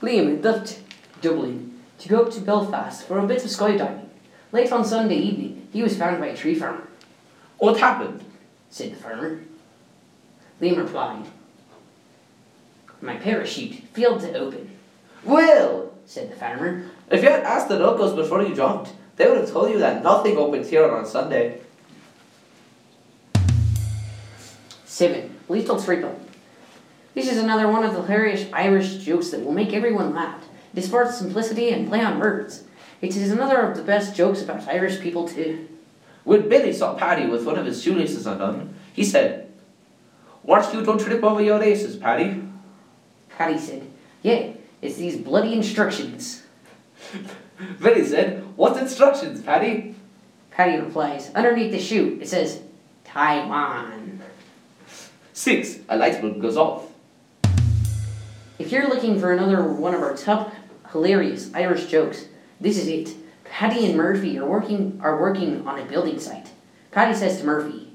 Liam had left Dublin to go up to Belfast for a bit of skydiving. Late on Sunday evening, he was found by a tree farmer, What happened? said the farmer. Liam replied, My parachute failed to open, Well, said the farmer. if you had asked the locals before you jumped, they would have told you that nothing opens here on Sunday. 7. Lethal Triple. This is another one of the hilarious Irish jokes that will make everyone laugh, despite its simplicity and play on words. It is another of the best jokes about Irish people, too. When Billy saw Paddy with one of his shoelaces undone, he said, Watch you don't trip over your laces, Paddy. Paddy said, Yeah, it's these bloody instructions. Billy said, What instructions, Paddy? Paddy replies, Underneath the shoe, it says, Taiwan. Six, a light bulb goes off. If you're looking for another one of our top hilarious Irish jokes, this is it. Paddy and Murphy are working are working on a building site. Paddy says to Murphy,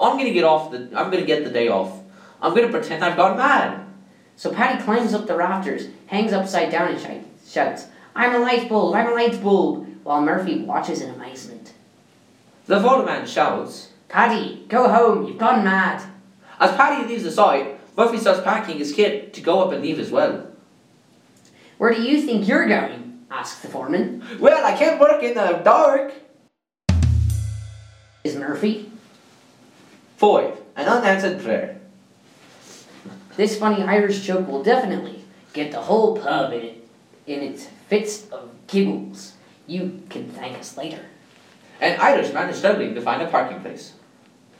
I'm gonna get off the I'm gonna get the day off. I'm gonna pretend I've gone mad. So Patty climbs up the rafters, hangs upside down, and shi- shouts, I'm a light bulb, I'm a light bulb, while Murphy watches in amazement. The foreman shouts. Patty, go home, you've gone mad. As Paddy leaves the site, Murphy starts packing his kit to go up and leave as well. Where do you think you're going? asks the foreman. Well, I can't work in the dark. Is Murphy? Five, an unanswered prayer. This funny Irish joke will definitely get the whole pub in it in its fits of giggles. You can thank us later. An Irishman is struggling to find a parking place.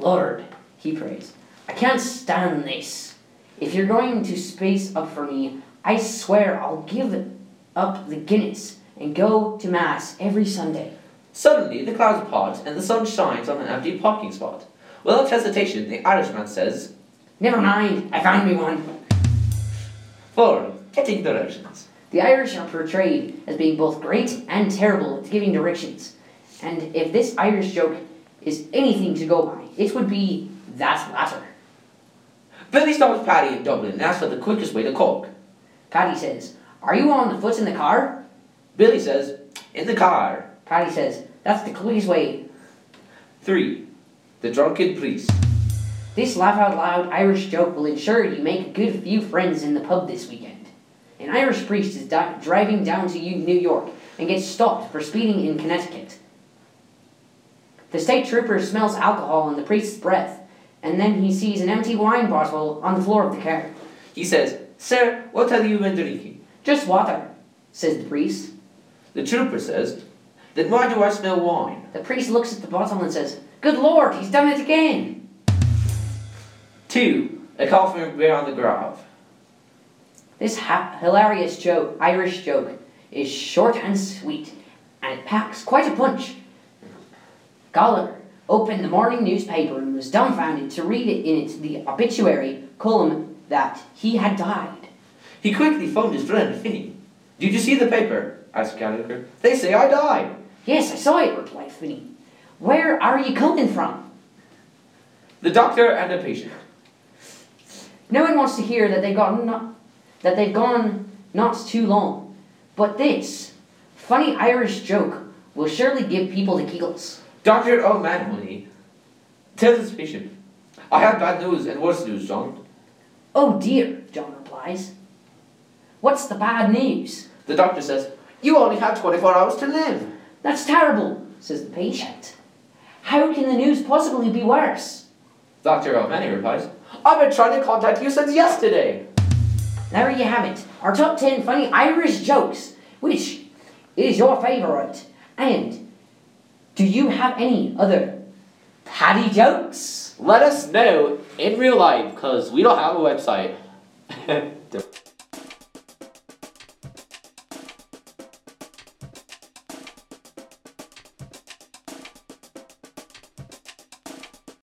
Lord, he prays, I can't stand this. If you're going to space up for me, I swear I'll give up the Guinness and go to Mass every Sunday. Suddenly, the clouds part and the sun shines on an empty parking spot. Without hesitation, the Irishman says, Never mind, I found me one. Four, getting directions. The Irish are portrayed as being both great and terrible at giving directions. And if this Irish joke is anything to go by, it would be that latter. Billy stops Paddy in Dublin and asks for the quickest way to Cork. Paddy says, Are you on the foot in the car? Billy says, In the car. Paddy says, That's the quickest way Three, the drunken priest. This laugh out loud Irish joke will ensure you make a good few friends in the pub this weekend. An Irish priest is di- driving down to U- New York and gets stopped for speeding in Connecticut. The state trooper smells alcohol in the priest's breath, and then he sees an empty wine bottle on the floor of the car. He says, Sir, what have you been drinking? Just water, says the priest. The trooper says, Then why do I smell wine? The priest looks at the bottle and says, Good lord, he's done it again! Two, a coffin bear on the grave. This ha- hilarious joke, Irish joke, is short and sweet, and it packs quite a punch. Gallagher opened the morning newspaper and was dumbfounded to read it in its the obituary column that he had died. He quickly phoned his friend Finney. Did you see the paper? asked Gallagher. They say I died. Yes, I saw it, replied Finney. Where are you coming from? The doctor and the patient. No one wants to hear that they got not, that they've gone not too long. But this funny Irish joke will surely give people the giggles. Doctor oh O'Mahony tells his patient, I have bad news and worse news, John. Oh dear, John replies. What's the bad news? The doctor says, You only have 24 hours to live. That's terrible, says the patient. How can the news possibly be worse? Dr. O'Mahony Oh replies, I've been trying to contact you since yesterday. There you have it, our top 10 funny Irish jokes. Which is your favourite? And do you have any other paddy jokes? Let us know in real life because we don't have a website.